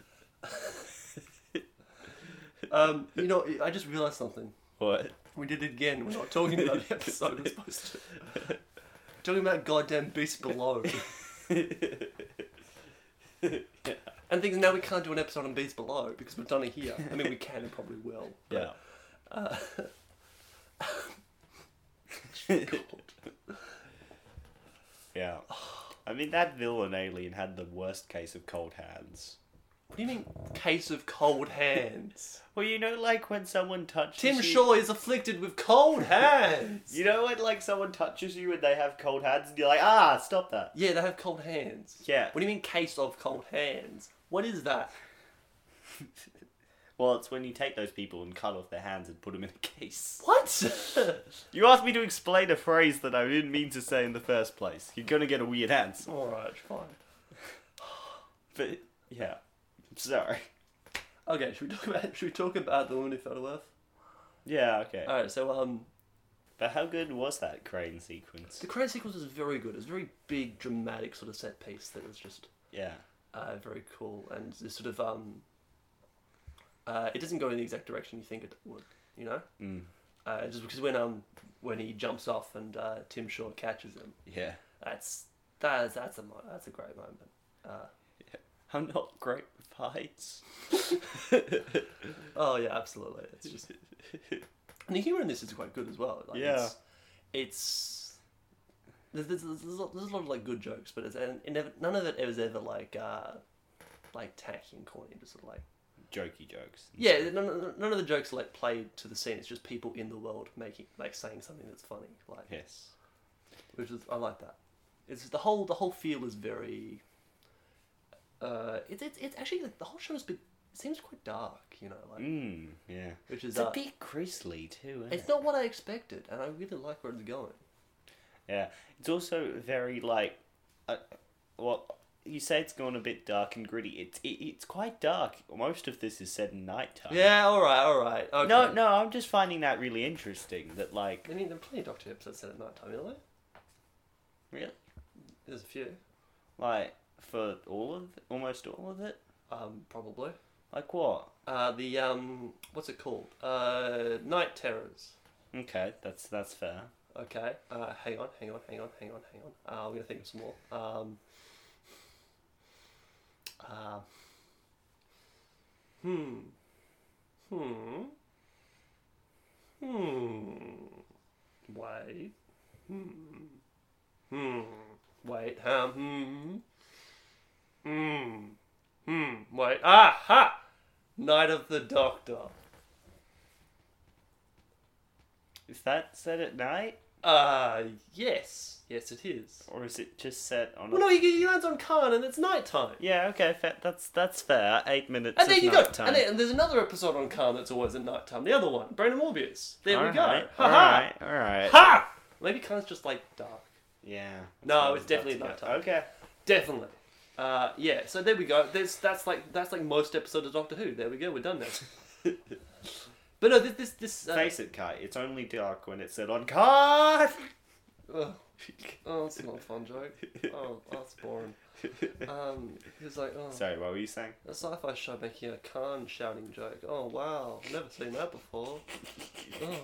Speaker 1: um, you know, I just realized something.
Speaker 2: what?
Speaker 1: We did it again. We're not talking about the episode we're supposed to. We're talking about goddamn beast below. And things now we can't do an episode on Beast Below because we've done it here. I mean, we can and probably will.
Speaker 2: Yeah. Yeah. I mean, that villain alien had the worst case of cold hands.
Speaker 1: What do you mean, case of cold hands?
Speaker 2: Well, you know, like when someone touches
Speaker 1: Tim
Speaker 2: you-
Speaker 1: Shaw is afflicted with cold hands.
Speaker 2: You know when like someone touches you and they have cold hands and you're like, ah, stop that.
Speaker 1: Yeah, they have cold hands.
Speaker 2: Yeah.
Speaker 1: What do you mean, case of cold hands? What is that?
Speaker 2: Well, it's when you take those people and cut off their hands and put them in a case.
Speaker 1: What?
Speaker 2: You asked me to explain a phrase that I didn't mean to say in the first place. You're gonna get a weird answer.
Speaker 1: Alright, fine.
Speaker 2: But yeah, I'm sorry.
Speaker 1: Okay, should we talk about should we talk about the woman who fell to earth?
Speaker 2: Yeah, okay.
Speaker 1: Alright, so um
Speaker 2: But how good was that crane sequence?
Speaker 1: the crane sequence is very good. It's a very big, dramatic sort of set piece that is just
Speaker 2: Yeah.
Speaker 1: uh, very cool and it's sort of um uh, it doesn't go in the exact direction you think it would, you know?
Speaker 2: Mm.
Speaker 1: Uh, just because when um when he jumps off and uh, Tim Shaw catches him,
Speaker 2: Yeah.
Speaker 1: that's that's that's a mo- that's a great moment. Uh,
Speaker 2: I'm not great with heights.
Speaker 1: Oh yeah, absolutely. It's just and the humor in this is quite good as well. Like,
Speaker 2: Yeah.
Speaker 1: it's, it's there's, there's, there's, a lot, there's a lot of like good jokes, but it's and it never, none of it was ever like uh, like tacky and corny. Just sort of like
Speaker 2: Jokey jokes.
Speaker 1: yeah, none, none of the jokes are, like played to the scene. It's just people in the world making like saying something that's funny. Like
Speaker 2: Yes.
Speaker 1: which is I like that. It's the whole the whole feel is very. Uh, it's it's it's actually like, the whole show is bit seems quite dark, you know, like
Speaker 2: Mmm. Yeah.
Speaker 1: which is
Speaker 2: It's a
Speaker 1: uh,
Speaker 2: bit grisly too. Isn't
Speaker 1: It's
Speaker 2: it?
Speaker 1: not what I expected, and I really like where it's going.
Speaker 2: Yeah. It's also very like, uh, well, you say it's gone a bit dark and gritty. It's it, it's quite dark. Most of this is set in nighttime.
Speaker 1: Yeah, all right, all right. Okay.
Speaker 2: No, no, I'm just finding that really interesting. That like,
Speaker 1: I mean, there are plenty of Doctor Who episodes set at night time, aren't there?
Speaker 2: really,
Speaker 1: There's a few,
Speaker 2: like for all of it, almost all of it.
Speaker 1: um, probably.
Speaker 2: Like what?
Speaker 1: Uh, the um, what's it called? Uh, Night Terrors.
Speaker 2: Okay, that's that's fair.
Speaker 1: Okay. Uh, hang on, hang on, hang on, hang on, hang on. Uh, I'm gonna think of some more. Um. Uh, hmm. Hmm. Hmm. Wait. Hmm. Hmm. Wait. Um. Hmm. Hmm. Hmm. Wait. Ah ha! Night of the Doctor.
Speaker 2: Is that set at night,
Speaker 1: Uh, yes. Yes, it is.
Speaker 2: or is it just set on?
Speaker 1: Well,
Speaker 2: A...
Speaker 1: no, he, he lands on Khan and it's nighttime.
Speaker 2: Yeah, okay, fair. that's that's fair. Eight minutes.
Speaker 1: And there
Speaker 2: of
Speaker 1: you go.
Speaker 2: nighttime.
Speaker 1: And, then, and there's another episode on Khan that's always at nighttime. The other one, Brain and Morbius. There we
Speaker 2: All
Speaker 1: go.
Speaker 2: right,
Speaker 1: ha
Speaker 2: all
Speaker 1: ha.
Speaker 2: right, all right.
Speaker 1: Ha! Maybe Khan's just like dark.
Speaker 2: Yeah.
Speaker 1: No,
Speaker 2: That's
Speaker 1: it's definitely
Speaker 2: about to go.
Speaker 1: nighttime.
Speaker 2: Okay.
Speaker 1: Definitely. Uh, yeah. So there we go. There's that's like that's like most episodes of Doctor Who. There we go. We're done now. but no, this this this. Uh,
Speaker 2: Face it, Kai. It's only dark when it's set on card.
Speaker 1: ugh. Oh, that's not a fun joke. Oh, that's boring. Um, he was like, oh,
Speaker 2: Sorry, what were you saying?
Speaker 1: a sci-fi show making a Khan shouting joke. Oh wow, never seen that before. Oh.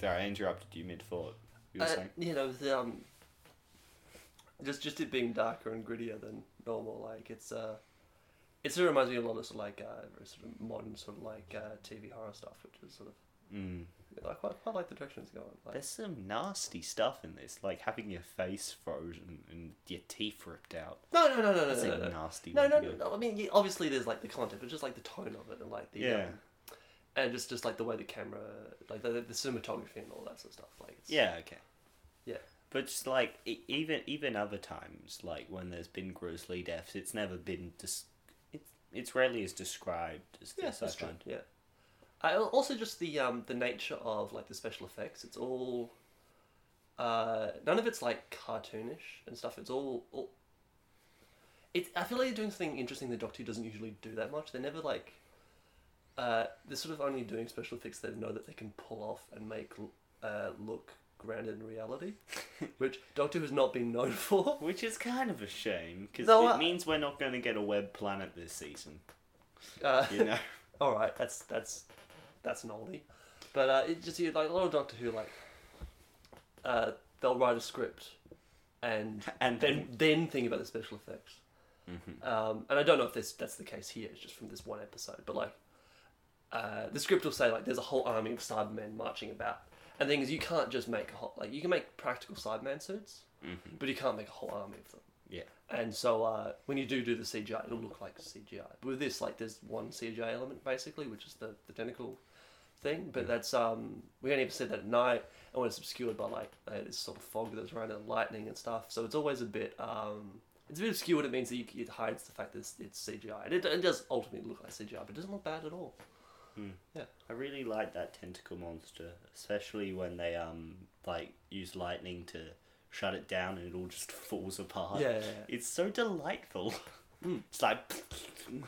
Speaker 2: Sorry, I interrupted you mid thought. You were
Speaker 1: Uh,
Speaker 2: saying.
Speaker 1: you know, the, um, Just just it being darker and grittier than normal. Like it's uh, it sort of reminds me a lot of sort of like uh, very sort of modern sort of like uh, TV horror stuff, which is sort of
Speaker 2: Mm.
Speaker 1: I quite, quite like the direction it's going. Like,
Speaker 2: There's some nasty stuff in this, like having your face frozen and your teeth ripped out.
Speaker 1: no, no, no, no, no,
Speaker 2: That's
Speaker 1: no,
Speaker 2: a
Speaker 1: no, no.
Speaker 2: nasty
Speaker 1: No,
Speaker 2: one.
Speaker 1: no,
Speaker 2: to
Speaker 1: no,
Speaker 2: go-
Speaker 1: no. I mean, yeah, obviously there's like the content, but just like the tone of it and like the
Speaker 2: Yeah.
Speaker 1: um, and just just like the way the camera, like the, the cinematography and all that sort of stuff. Like it's,
Speaker 2: Yeah, okay.
Speaker 1: Yeah.
Speaker 2: But just like e- even even other times, like when there's been grossly deaths, it's never been dis- it's it's rarely as described as
Speaker 1: yeah,
Speaker 2: this. I
Speaker 1: that's true.
Speaker 2: find.
Speaker 1: Yeah, I al- also just the um the nature of like the special effects. It's all, uh, none of it's like cartoonish and stuff. It's all all. It's I feel like they're doing something interesting. The Doctor Who doesn't usually do that much. They're never like. Uh, they're sort of only doing special effects they know that they can pull off and make l- uh, look grounded in reality, which Doctor Who has not been known for.
Speaker 2: Which is kind of a shame because
Speaker 1: Though,
Speaker 2: it
Speaker 1: uh,
Speaker 2: means we're not going to get a web planet this season.
Speaker 1: Uh,
Speaker 2: You know,
Speaker 1: all right, that's that's that's an oldie, but uh, it just you like a lot of Doctor Who like uh, they'll write a script and
Speaker 2: and
Speaker 1: then then think about the special effects.
Speaker 2: Mhm.
Speaker 1: Um, and I don't know if this that's the case here. It's just from this one episode, but like uh, the script will say like there's a whole army of Cybermen marching about. And the thing is, you can't just make a whole like you can make practical Cyberman suits,
Speaker 2: Mhm.
Speaker 1: but you can't make a whole army of them.
Speaker 2: Yeah.
Speaker 1: And so uh, when you do do the CGI, it'll look like CGI. But with this, like, there's one CGI element basically, which is the the tentacle thing. But that's um, we only ever said that at night, and when it's obscured by like uh, this sort of fog that's around it, and lightning and stuff. So it's always a bit um, it's a bit obscured. It means that you, it hides the fact that it's, it's CGI, and it, it does ultimately look like CGI, but it doesn't look bad at all.
Speaker 2: I really like that tentacle monster, especially when they um like use lightning to shut it down and it all just falls apart.
Speaker 1: Yeah, Hmm. yeah, yeah.
Speaker 2: It's so delightful. It's like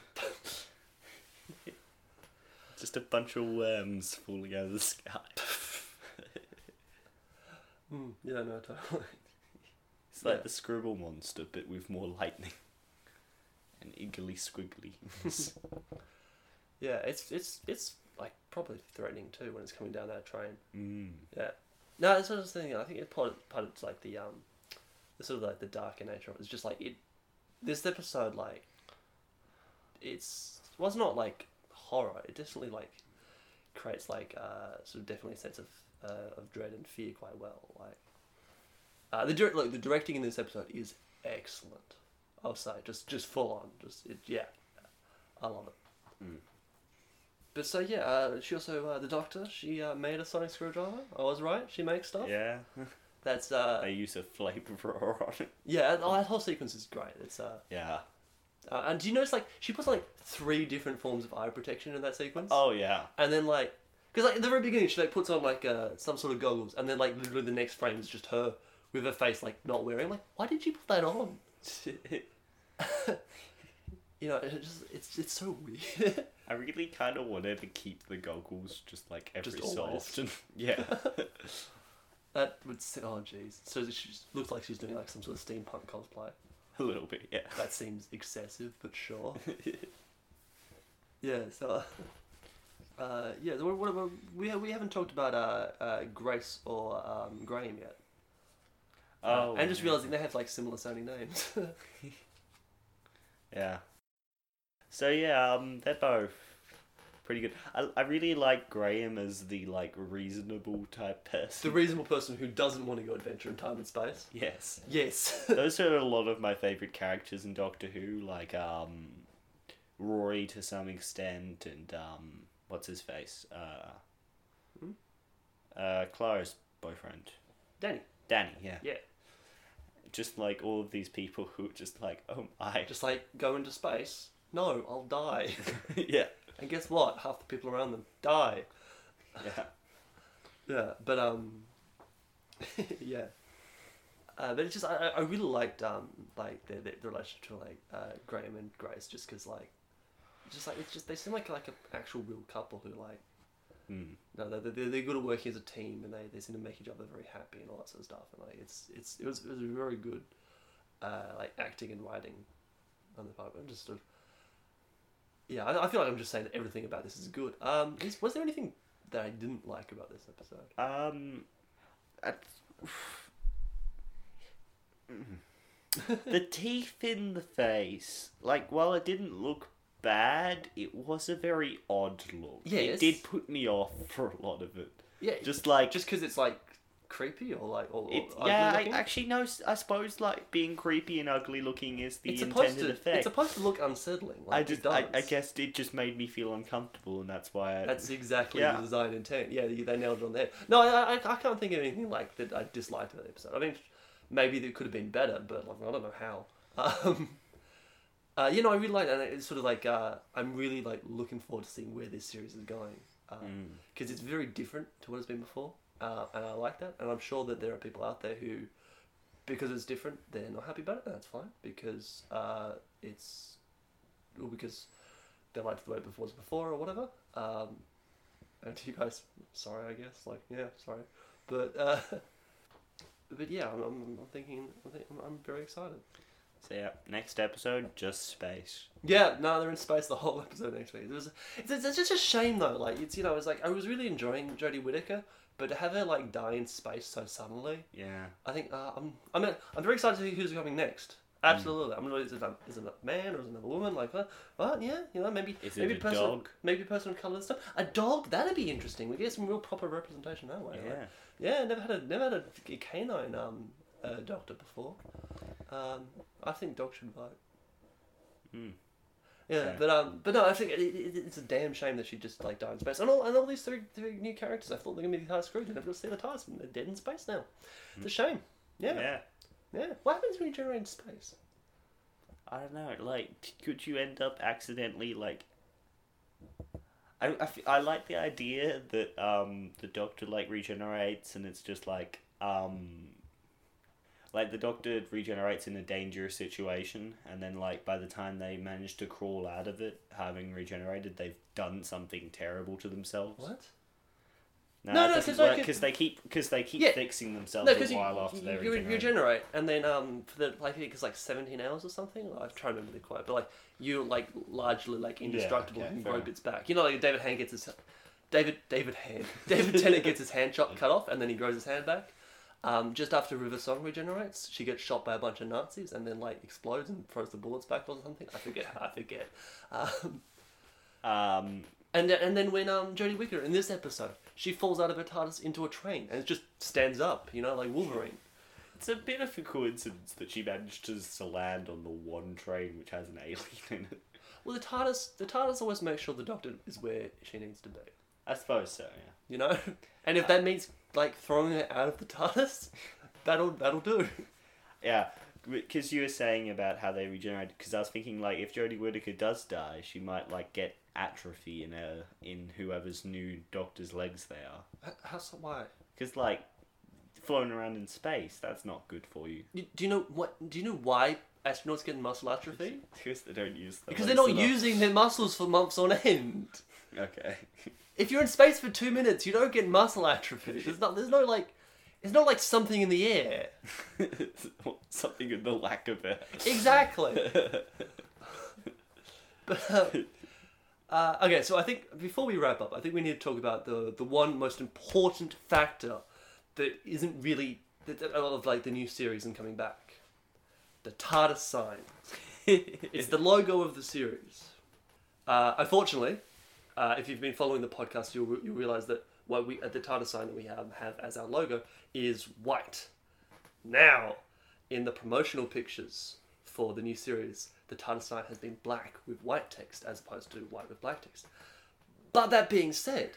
Speaker 2: just a bunch of worms falling out of the sky.
Speaker 1: Mm, yeah, no, totally.
Speaker 2: It's like
Speaker 1: Yeah.
Speaker 2: the scribble monster, but with more lightning and iggly squiggly.
Speaker 1: yeah, it's it's it's like probably threatening too when it's coming down that train.
Speaker 2: mm.
Speaker 1: Yeah. No, that's what I was thinking. I think it's part of, part of it's like the um, the sort of like the darker nature of it. It's just like it. This episode, like, it's was not like horror. It definitely like creates like uh, sort of definitely a sense of uh, of dread and fear quite well. Like, uh, the direct look, the directing in this episode is excellent. I'll say just just full on. Just it, yeah, I love it.
Speaker 2: Mm.
Speaker 1: But so yeah, uh, she also uh, the Doctor. She uh, made a sonic screwdriver. I was right. She makes stuff.
Speaker 2: Yeah.
Speaker 1: That's uh,
Speaker 2: They use a flamethrower on it.
Speaker 1: yeah. Oh, that whole sequence is great. It's uh,
Speaker 2: Yeah.
Speaker 1: uh, and do you notice like she puts on like three different forms of eye protection in that sequence?
Speaker 2: Oh yeah.
Speaker 1: and then like, because like at the very beginning she like puts on like uh, some sort of goggles, and then like literally the next frame is just her with her face like not wearing. Like, why did you put that on? You know, it's just it's it's so weird.
Speaker 2: I really kind of wanted to keep the goggles just like every
Speaker 1: Just
Speaker 2: so
Speaker 1: always.
Speaker 2: often. Yeah.
Speaker 1: that would say, oh jeez. So she just looks like she's doing like some sort of steampunk cosplay.
Speaker 2: a little bit, yeah.
Speaker 1: That seems excessive, but sure. yeah. So. Uh, uh, yeah, so what, what, what, we we haven't talked about uh, uh, Grace or um, Graham yet.
Speaker 2: Oh.
Speaker 1: and just
Speaker 2: yeah.
Speaker 1: realizing they have like similar sounding names.
Speaker 2: Yeah. So yeah, um, they're both pretty good. I, I really like Graham as the like reasonable type
Speaker 1: the
Speaker 2: person.
Speaker 1: reasonable person who doesn't want to go adventure in time and space.
Speaker 2: yes,
Speaker 1: Yes.
Speaker 2: those are a lot of my favorite characters in Doctor Who, like um, Rory to some extent, and um, what's his face, uh,
Speaker 1: Hmm?
Speaker 2: uh, Clara's boyfriend,
Speaker 1: Danny.
Speaker 2: Danny. Yeah,
Speaker 1: Yeah.
Speaker 2: just like all of these people who are just like, oh my,
Speaker 1: Just like go into space. No, I'll die.
Speaker 2: yeah,
Speaker 1: and guess what? Half the people around them die.
Speaker 2: yeah.
Speaker 1: Yeah, but um, yeah. Uh, but it's just I, I- I really liked um like the, the, the relationship to like uh, Graham and Grace just because like just like it's just they seem like like an actual real couple who like
Speaker 2: Mm.
Speaker 1: no they're, they're, they're good at working as a team and they, they seem to make each other very happy and all that sort of stuff and like it's it's it was it was very good uh, like acting and writing on the part I'm just sort of yeah I, I feel like I'm just saying that everything about this is good um is, was there anything that I didn't like about this episode
Speaker 2: Um, I, the teeth in the face, like while it didn't look bad, it was a very odd look.
Speaker 1: Yes.
Speaker 2: It did put me off for a lot of it.
Speaker 1: Yeah, just
Speaker 2: Just like
Speaker 1: just because it's like creepy or like or, or
Speaker 2: it,
Speaker 1: ugly
Speaker 2: yeah, I,
Speaker 1: looking.
Speaker 2: actually no. s- I suppose like being creepy and ugly looking is the
Speaker 1: it's supposed
Speaker 2: intended
Speaker 1: to
Speaker 2: effect.
Speaker 1: it's supposed to look unsettling. Like
Speaker 2: I
Speaker 1: it
Speaker 2: just,
Speaker 1: does.
Speaker 2: I, I guess it just made me feel uncomfortable, and that's why I,
Speaker 1: That's exactly
Speaker 2: Yeah.
Speaker 1: the design intent. Yeah, you- they nailed it on the head. No, I, I, I can't think of anything like that I disliked about the episode. I mean, maybe it could have been better, but like, I don't know how. Um, uh, you know, I really like that. It's sort of like uh, I'm really like looking forward to seeing where this series is going because it's very different to what it's been before, uh, and I like that. And I'm sure that there are people out there who, because it's different, they're not happy about it. And that's fine because uh, it's well, because they liked the way it was before or whatever. Um, and you guys, sorry, I guess, like yeah, sorry, but uh, but yeah, I'm, I'm, I'm thinking, I think I'm, I'm very excited.
Speaker 2: So yeah, next episode, just space.
Speaker 1: Yeah, no, they're in space the whole episode next week. It was, it's, it's just a shame though. Like it's you know, it's like I was really enjoying Jodie Whittaker, but to have her like die in space so suddenly,
Speaker 2: Yeah.
Speaker 1: I think uh, I'm I'm I'm very excited to see who's coming next.
Speaker 2: Hmm.
Speaker 1: Absolutely, I'm not. Is it, a, is it a man or is it another woman? Like what? What? Yeah, you know, maybe
Speaker 2: Is it
Speaker 1: maybe
Speaker 2: a
Speaker 1: person,
Speaker 2: dog?
Speaker 1: maybe person of color and stuff. A dog that'd be interesting. We get some real proper representation that way.
Speaker 2: Yeah.
Speaker 1: Like, yeah, never had a never had a canine um uh, doctor before. Um, I think dogs should vote.
Speaker 2: Hmm.
Speaker 1: Yeah,
Speaker 2: Okay.
Speaker 1: but um, but no, I think it, it, it's a damn shame that she just like died in space. And all and all these three, three new characters, I thought they're gonna be the highest screwed, and I've got to see the TARDIS, and they're dead in space now. It's a shame.
Speaker 2: yeah.
Speaker 1: Hmm. Yeah, yeah. What happens when you generate in space?
Speaker 2: I don't know. Like, t- could you end up accidentally like? I, I, f- I like the idea that um the doctor like regenerates and it's just like um like the doctor regenerates in a dangerous situation and then like by the time they manage to crawl out of it having regenerated they've done something terrible to themselves
Speaker 1: What? No,
Speaker 2: no
Speaker 1: no,
Speaker 2: no
Speaker 1: 'cause, like, it-
Speaker 2: because they keep because they keep
Speaker 1: Yeah.
Speaker 2: fixing themselves
Speaker 1: No,
Speaker 2: a
Speaker 1: because you,
Speaker 2: while after they
Speaker 1: you, you
Speaker 2: regenerate.
Speaker 1: regenerate, and then um, for the like I think it's like seventeen hours or something. I try to remember the quote, but like you're like largely like indestructible
Speaker 2: okay,
Speaker 1: and
Speaker 2: fair
Speaker 1: grow
Speaker 2: enough.
Speaker 1: bits back. You know, like David Hand gets his David David Hand David Tennant gets his hand shot cut off, and then he grows his hand back. Um, just after River Song regenerates, she gets shot by a bunch of Nazis and then like explodes and throws the bullets back or something. I forget. I forget. Um,
Speaker 2: um
Speaker 1: and th- and then when um Jodie Whittaker in this episode, she falls out of her TARDIS into a train and just stands up. You know, like Wolverine.
Speaker 2: It's a bit of a coincidence that she managed to s- land on the one train which has an alien in it.
Speaker 1: Well, the TARDIS, the TARDIS always makes sure the Doctor is where she needs to be,
Speaker 2: I suppose so, yeah.
Speaker 1: you know. And if that means like throwing her out of the TARDIS, that'll that'll do.
Speaker 2: Yeah, because you were saying about how they regenerated. Because I was thinking, like, if Jodie Whittaker does die, she might like get atrophy in her in whoever's new doctor's legs they are.
Speaker 1: H- How so? Why?
Speaker 2: Because like floating around in space, that's not good for you.
Speaker 1: You, do you know what? Do you know why astronauts get muscle atrophy?
Speaker 2: Because they don't use them.
Speaker 1: Because they're not using their muscles for months on end.
Speaker 2: Okay.
Speaker 1: If you're in space for two minutes, you don't get muscle atrophy. There's not. There's no like. It's not like something in the air.
Speaker 2: Something in the lack of air.
Speaker 1: Exactly. But, um, uh, okay, so I think before we wrap up, I think we need to talk about the the one most important factor that isn't really that, that- of like the new series and coming back. The TARDIS sign. it's the logo of the series. Uh, unfortunately, uh, if you've been following the podcast, you'll, you'll realize that what we at the TARDIS sign that we have have as our logo is white. Now, in the promotional pictures for the new series, the TARDIS sign has been black with white text as opposed to white with black text. But that being said,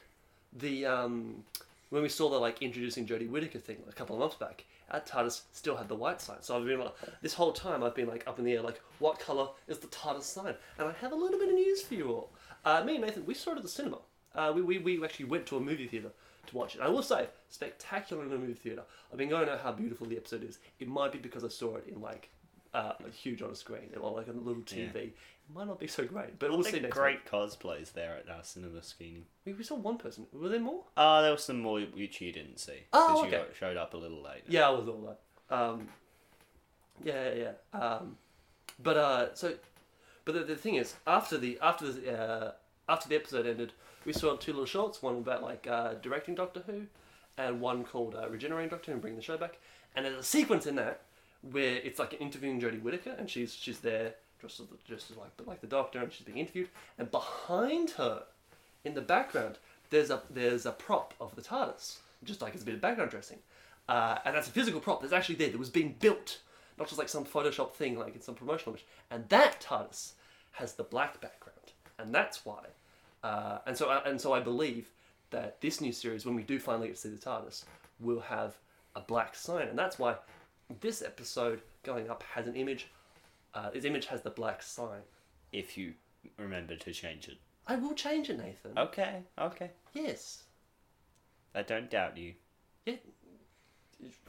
Speaker 1: the um, when we saw the like introducing Jodie Whittaker thing a couple of months back, our TARDIS still had the white sign. So I've been like, this whole time I've been like up in the air, like what color is the TARDIS sign? And I have a little bit of news for you all. Uh, me and Nathan, we saw it at the cinema. Uh, we, we, we actually went to a movie theater to watch it. I will say, spectacular in a movie theater. I've been going to how beautiful the episode is. It might be because I saw it in like uh, huge on a screen or like a little TV. It might not be so great, but we'll see
Speaker 2: They're
Speaker 1: next week.
Speaker 2: great cosplays there at our cinema screening.
Speaker 1: We, we saw one person. Were there more?
Speaker 2: Uh, there was some more which you didn't see.
Speaker 1: Oh,
Speaker 2: 'cause you
Speaker 1: okay.
Speaker 2: got- showed up a little late.
Speaker 1: Yeah, I was all that. Um, yeah, yeah, yeah. Um, but uh, so, but the, the thing is, after the after the uh, after the episode ended, we saw two little shorts. One about like uh, directing Doctor Who, and one called uh, Regenerating Doctor Who and bringing the show back. And there's a sequence in that where it's like interviewing Jodie Whittaker, and she's she's there dressed as the, dressed as like like the doctor, and she's being interviewed. And behind her, in the background, there's a there's a prop of the TARDIS, just like it's a bit of background dressing, uh, and that's a physical prop that's actually there that was being built, not just like some Photoshop thing like in some promotional image. And that TARDIS has the black background, and that's why. Uh, and so I, and so I believe that this new series, when we do finally get to see the TARDIS, will have a black sign, and that's why this episode going up has an image. Uh, this image has the black sign.
Speaker 2: if you remember to change it.
Speaker 1: I will change it, Nathan.
Speaker 2: Okay, okay.
Speaker 1: Yes.
Speaker 2: I don't doubt you.
Speaker 1: Yeah.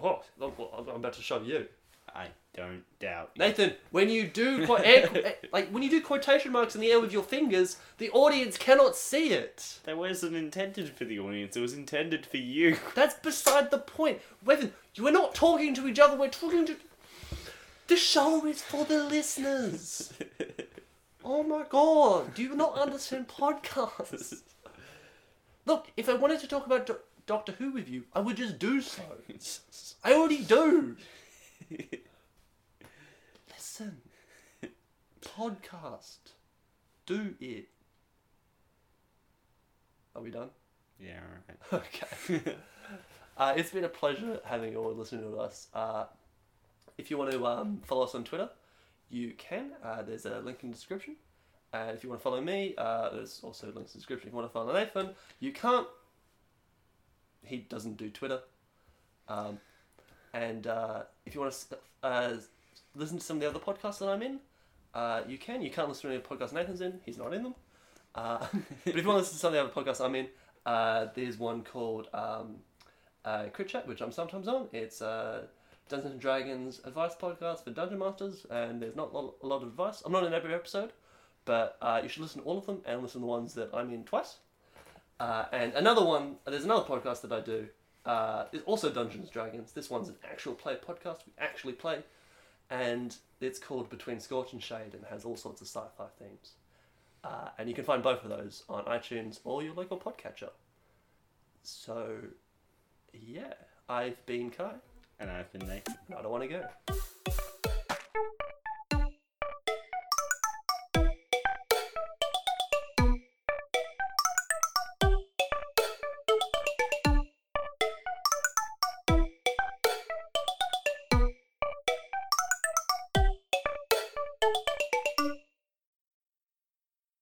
Speaker 1: Oh, look, well, I'm about to show you,
Speaker 2: I don't doubt you.
Speaker 1: Nathan. When you do qu- air, eh, like when you do quotation marks in the air with your fingers, the audience cannot see it.
Speaker 2: That wasn't intended for the audience, it was intended for you.
Speaker 1: That's beside the point. Nathan, we're not talking to each other. We're talking to. The show is for the listeners. Oh my god, do you not understand podcasts? Look, if I wanted to talk about Do- Doctor Who with you, I would just do so. I already do. Listen. Podcast. Do it. Are we done?
Speaker 2: yeah, alright.
Speaker 1: Okay. uh, it's been a pleasure having you all and listening to us. Uh, if you want to um, follow us on Twitter, you can. Uh, there's a link in the description. And if you want to follow me, uh, there's also links in the description. If you want to follow Nathan, you can't. He doesn't do Twitter. Um, and uh, if you want to uh, listen to some of the other podcasts that I'm in, uh, you can. You can't listen to any podcast Nathan's in. He's not in them. Uh, but if you want to listen to some of the other podcasts I'm in, uh, there's one called um, uh, Crit Chat, which I'm sometimes on. It's uh, Dungeons and Dragons advice podcast for dungeon masters, and there's not a lot, a lot of advice. I'm not in every episode, but uh, you should listen to all of them and listen to the ones that I'm in twice. Uh, and another one, there's another podcast that I do. Uh, it's also Dungeons and Dragons. This one's an actual play podcast. We actually play, and it's called Between Scorch and Shade, and has all sorts of sci-fi themes. Uh, and you can find both of those on iTunes or your local podcatcher. So, yeah, I've been Kai,
Speaker 2: And I've been Nathan.
Speaker 1: and I don't want to go.